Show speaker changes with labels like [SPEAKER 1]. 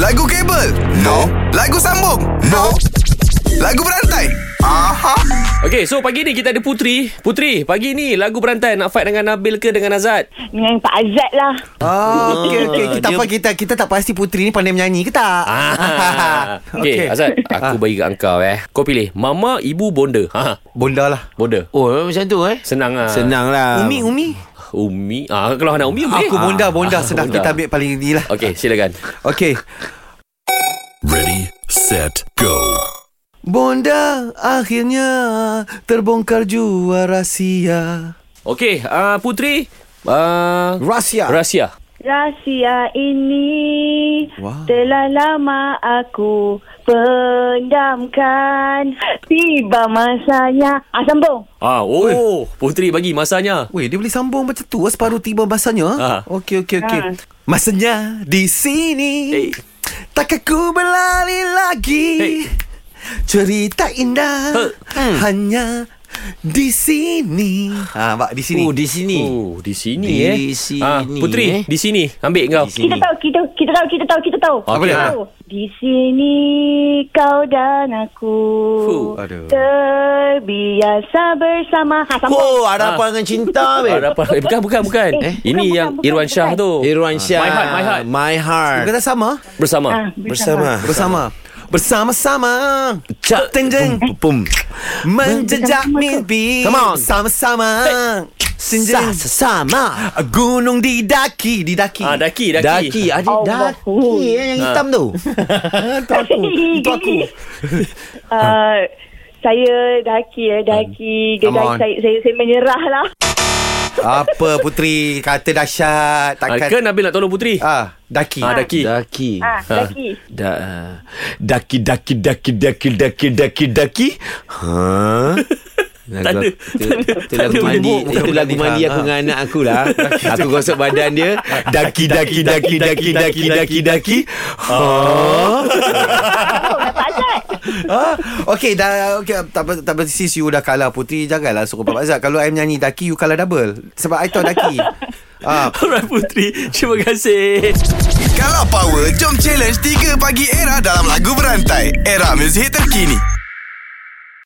[SPEAKER 1] Lagu kabel? No. Lagu sambung? No. Lagu berantai? Aha.
[SPEAKER 2] Okay, so pagi ni kita ada Putri. Putri, pagi ni lagu berantai nak fight dengan Nabil ke dengan Azad?
[SPEAKER 3] Dengan Pak Azad lah
[SPEAKER 4] Ah, okey okey. Kita
[SPEAKER 2] dia-
[SPEAKER 4] apa kita kita tak pasti puteri ni pandai menyanyi ke tak?
[SPEAKER 2] Ah.
[SPEAKER 4] Okey.
[SPEAKER 2] Okay, okay, Azad, aku bagi kat engkau eh. Kau pilih mama, ibu, bonda. Ha,
[SPEAKER 4] Bonda lah.
[SPEAKER 2] bonda.
[SPEAKER 5] Oh memang macam tu eh
[SPEAKER 2] Senang ah.
[SPEAKER 5] Senang lah
[SPEAKER 4] Umi Umi.
[SPEAKER 2] Umi. Ah, kalau anak Umi boleh.
[SPEAKER 4] Aku
[SPEAKER 2] Ah.
[SPEAKER 4] bonda bonda sedang
[SPEAKER 2] Bonda. Ah.
[SPEAKER 4] kita ambil paling ni lah.
[SPEAKER 2] Okey, silakan.
[SPEAKER 4] Okey.
[SPEAKER 6] Ready, set, go.
[SPEAKER 4] Bonda akhirnya terbongkar jua rahsia.
[SPEAKER 2] Okey, uh, Putri. Uh,
[SPEAKER 4] Rahsia.
[SPEAKER 2] Rahsia.
[SPEAKER 3] Rahsia ini
[SPEAKER 4] Wow.
[SPEAKER 3] Telah lama aku Pendamkan Tiba masanya Ah sambung
[SPEAKER 2] Ah, oi.
[SPEAKER 4] Oh.
[SPEAKER 2] oh. Putri bagi masanya.
[SPEAKER 4] Weh, dia boleh sambung macam tu ah, separuh tiba
[SPEAKER 2] Ah.
[SPEAKER 4] masanya. Okey okey okey.
[SPEAKER 3] Ah.
[SPEAKER 4] Masanya di sini.
[SPEAKER 2] Eh.
[SPEAKER 4] Tak aku berlari lagi.
[SPEAKER 2] Eh.
[SPEAKER 4] Cerita indah Hmm.
[SPEAKER 2] Huh.
[SPEAKER 4] hanya di sini. Ah, bak di sini.
[SPEAKER 5] Oh di sini
[SPEAKER 2] Oh, di sini
[SPEAKER 5] Di
[SPEAKER 2] eh.
[SPEAKER 5] sini,
[SPEAKER 2] Ah, Putri,
[SPEAKER 5] eh.
[SPEAKER 2] di sini. Ambil kau.
[SPEAKER 5] Di
[SPEAKER 3] Kita
[SPEAKER 5] sini.
[SPEAKER 3] tahu, kita kita tahu, kita tahu, kita tahu.
[SPEAKER 2] Apa dia?
[SPEAKER 3] Kita tahu. Di sini kau dan aku
[SPEAKER 2] Fuh,
[SPEAKER 4] aduh.
[SPEAKER 3] terbiasa bersama. Ha, sama.
[SPEAKER 5] Oh harapan dengan cinta
[SPEAKER 2] Ah,
[SPEAKER 5] babe
[SPEAKER 2] dapat. Eh, bukan, bukan, bukan.
[SPEAKER 3] Eh,
[SPEAKER 2] Ini
[SPEAKER 3] bukan,
[SPEAKER 2] yang
[SPEAKER 3] bukan,
[SPEAKER 2] Irwan
[SPEAKER 3] bukan.
[SPEAKER 2] Shah tu.
[SPEAKER 5] Irwan Syah
[SPEAKER 2] My heart, my heart.
[SPEAKER 5] My heart
[SPEAKER 4] Bukan sama?
[SPEAKER 2] Bersama.
[SPEAKER 3] Ah,
[SPEAKER 5] Bersama
[SPEAKER 4] Bersama. Bersama-sama.
[SPEAKER 5] Cak
[SPEAKER 4] Tenjeng.
[SPEAKER 5] Pum
[SPEAKER 4] Menjejak mimpi.
[SPEAKER 5] Come on.
[SPEAKER 4] Sama-sama.
[SPEAKER 5] Sa
[SPEAKER 4] Senjeng.
[SPEAKER 5] Sama
[SPEAKER 4] Gunung didaki, didaki.
[SPEAKER 2] Ah, daki, daki.
[SPEAKER 5] Daki Adik
[SPEAKER 3] Allah.
[SPEAKER 5] daki eh, Yang hitam tu
[SPEAKER 4] Itu aku. Itu aku.
[SPEAKER 2] Ha.
[SPEAKER 3] Uh, saya daki ya, daki.
[SPEAKER 2] Hmm.
[SPEAKER 4] Come
[SPEAKER 3] Gedai
[SPEAKER 4] on.
[SPEAKER 3] saya, saya, saya menyerah lah.
[SPEAKER 4] Apa puteri kata
[SPEAKER 2] Ah,
[SPEAKER 4] dahsyat takkan
[SPEAKER 2] Kan Nabil nak tolong Putri.
[SPEAKER 4] ah daki.
[SPEAKER 2] Ah, daki.
[SPEAKER 5] Daki
[SPEAKER 3] Ah,
[SPEAKER 2] Ha.
[SPEAKER 3] daki.
[SPEAKER 5] da,
[SPEAKER 2] ah.
[SPEAKER 5] Daki Daki Daki Daki Daki Daki Daki Ha
[SPEAKER 2] Tak ada. Tak ada. Tak
[SPEAKER 5] Itu
[SPEAKER 2] ada
[SPEAKER 5] lagu mandi
[SPEAKER 2] bunyi.
[SPEAKER 5] Itu lagu mandi aku dengan anak aku
[SPEAKER 4] Ah,
[SPEAKER 5] lah Aku gosok badan dia Daki Daki Daki Daki Daki Daki Daki Ha
[SPEAKER 4] Ah, okay dah okay tak apa tak apa sis you dah kalah puteri janganlah suruh Pak Azat. Kalau I menyanyi daki you kalah double sebab I tahu daki. ah,
[SPEAKER 2] Alright Putri Terima kasih
[SPEAKER 1] Kalau power, jom challenge 3 pagi era dalam lagu berantai. Era muzik terkini.